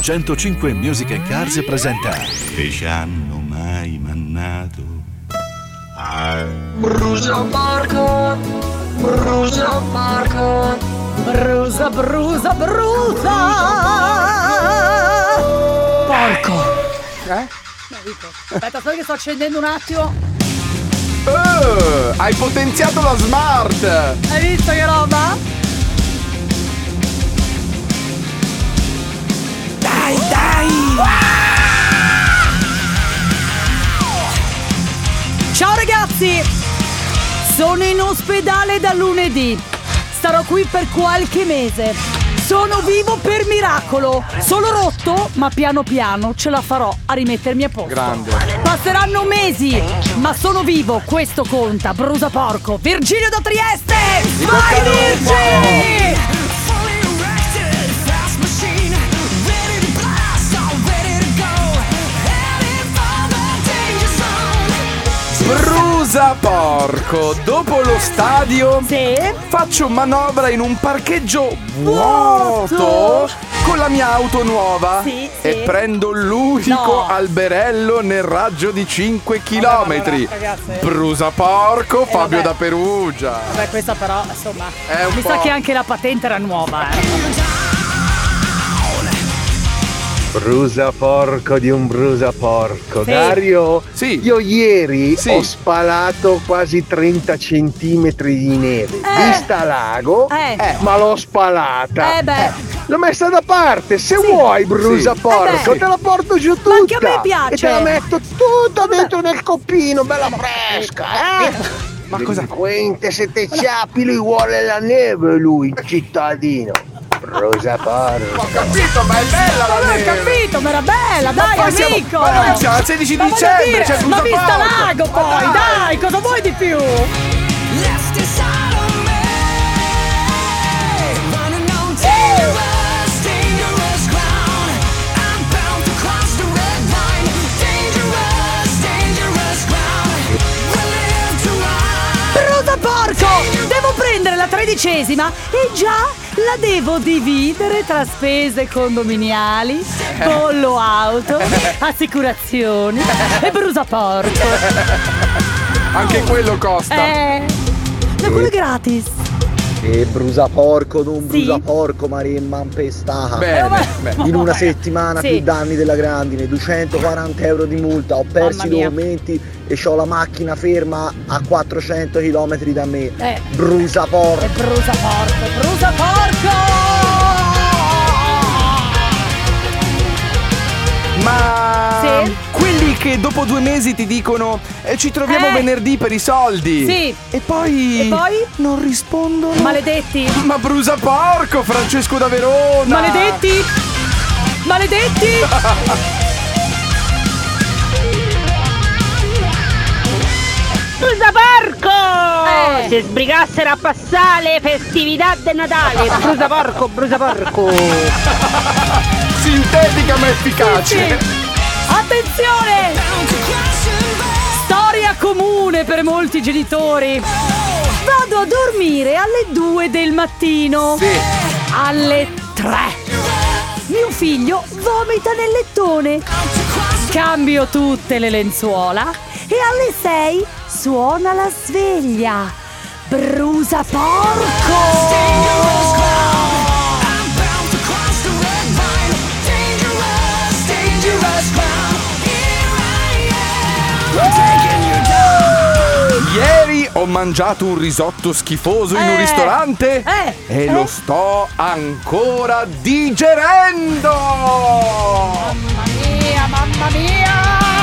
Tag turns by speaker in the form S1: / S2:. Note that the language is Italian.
S1: 105 Music Cars presenta
S2: Che ci hanno mai mannato a
S3: Brusa Marco, Brusa Marco,
S4: Brusa, brusa, brusa! Porco! Eh? Aspetta, aspetta che sto accendendo un attimo.
S5: Eh, hai potenziato la smart!
S4: Hai visto che roba?
S5: Dai, dai!
S4: Ciao ragazzi! Sono in ospedale da lunedì. Starò qui per qualche mese. Sono vivo per miracolo. Sono rotto, ma piano piano ce la farò a rimettermi a posto.
S5: Grande.
S4: Passeranno mesi, ma sono vivo, questo conta. Brusa porco. Virgilio da Trieste! Vai Virgilio!
S5: Brusa porco! Dopo lo stadio
S4: Sì.
S5: faccio manovra in un parcheggio vuoto con la mia auto nuova
S4: Sì, sì.
S5: e prendo l'unico
S4: No.
S5: alberello nel raggio di 5
S4: Vabbè,
S5: km.
S4: ma ragazzi.
S5: Brusa porco, Fabio
S4: Eh, vabbè.
S5: da Perugia.
S4: Vabbè, questa però, insomma.
S5: È un
S4: Mi
S5: po'.
S4: sa che anche la patente era nuova, eh.
S6: Brusa porco di un brusa porco.
S4: Sì.
S6: Dario,
S5: Sì.
S6: io ieri
S5: Sì.
S6: ho spalato quasi 30 centimetri di neve.
S4: Eh.
S6: Vista a lago,
S4: Eh.
S6: eh, ma l'ho spalata.
S4: Eh beh.
S6: L'ho messa da parte, se
S4: Sì.
S6: vuoi brusa
S5: Sì.
S6: porco,
S4: Eh beh.
S6: te la porto giù tutta.
S4: Ma anche a me piace.
S6: E te la metto tutta dentro nel coppino, bella fresca, eh?
S5: Ma cosa?
S6: Delinquente, se te ciapi lui vuole la neve lui, cittadino. Brusa porco.
S5: Ho capito, ma è bella
S4: Ma
S5: la
S4: non ho
S5: neve!
S4: capito, ma era bella, dai
S5: poi siamo-
S4: amico!
S5: ma noi siamo al 16
S4: Ma voglio
S5: dicembre,
S4: dire,
S5: c'è
S4: Ma
S5: tutto
S4: vista
S5: porco.
S4: lago
S5: Ma
S4: poi,
S5: dai.
S4: dai. cosa vuoi di più? Bruta porco! Devo prendere la tredicesima e già la devo dividere tra spese condominiali, pollo auto, assicurazioni e brusa porco.
S5: Anche quello costa!
S4: Eh. Ma quello è gratis.
S7: E brusa porco, non
S4: Sì.
S7: brusa porco, Marimma impestata.
S5: Bene,
S4: Eh,
S5: bene.
S4: vabbè.
S7: In una settimana
S4: Sì.
S7: più danni della grandine, 240 euro di multa, ho perso i
S4: Mamma mia.
S7: documenti e ho la macchina ferma a 400 km da me.
S4: Eh.
S7: Brusa
S4: E
S7: porco.
S4: brusa porco, brusa porco!
S5: Ma
S4: Sì?
S5: quelli che dopo due mesi ti dicono "Eh, ci troviamo
S4: Eh.
S5: venerdì per i soldi.
S4: Sì.
S5: E poi,
S4: E poi?
S5: non rispondono.
S4: Maledetti!
S5: Ma brusa porco, Francesco da Verona.
S4: Maledetti! Maledetti!
S8: Scusa porco!
S4: Eh.
S8: Se sbrigassero a passare le festività del Natale! Brusa porco, brusa porco!
S5: Sintetica ma efficace.
S4: Attenzione! Storia comune per molti genitori. Vado a dormire alle 2 del mattino.
S5: Sì.
S4: Alle 3. Mio figlio vomita nel lettone. Cambio tutte le lenzuola e alle 6 suona la sveglia. Brusa porco!
S5: Ieri ho mangiato un risotto schifoso in un
S4: Eh.
S5: ristorante
S4: Eh.
S5: e
S4: Eh.
S5: lo sto ancora digerendo.
S4: Mamma mia, mamma mia!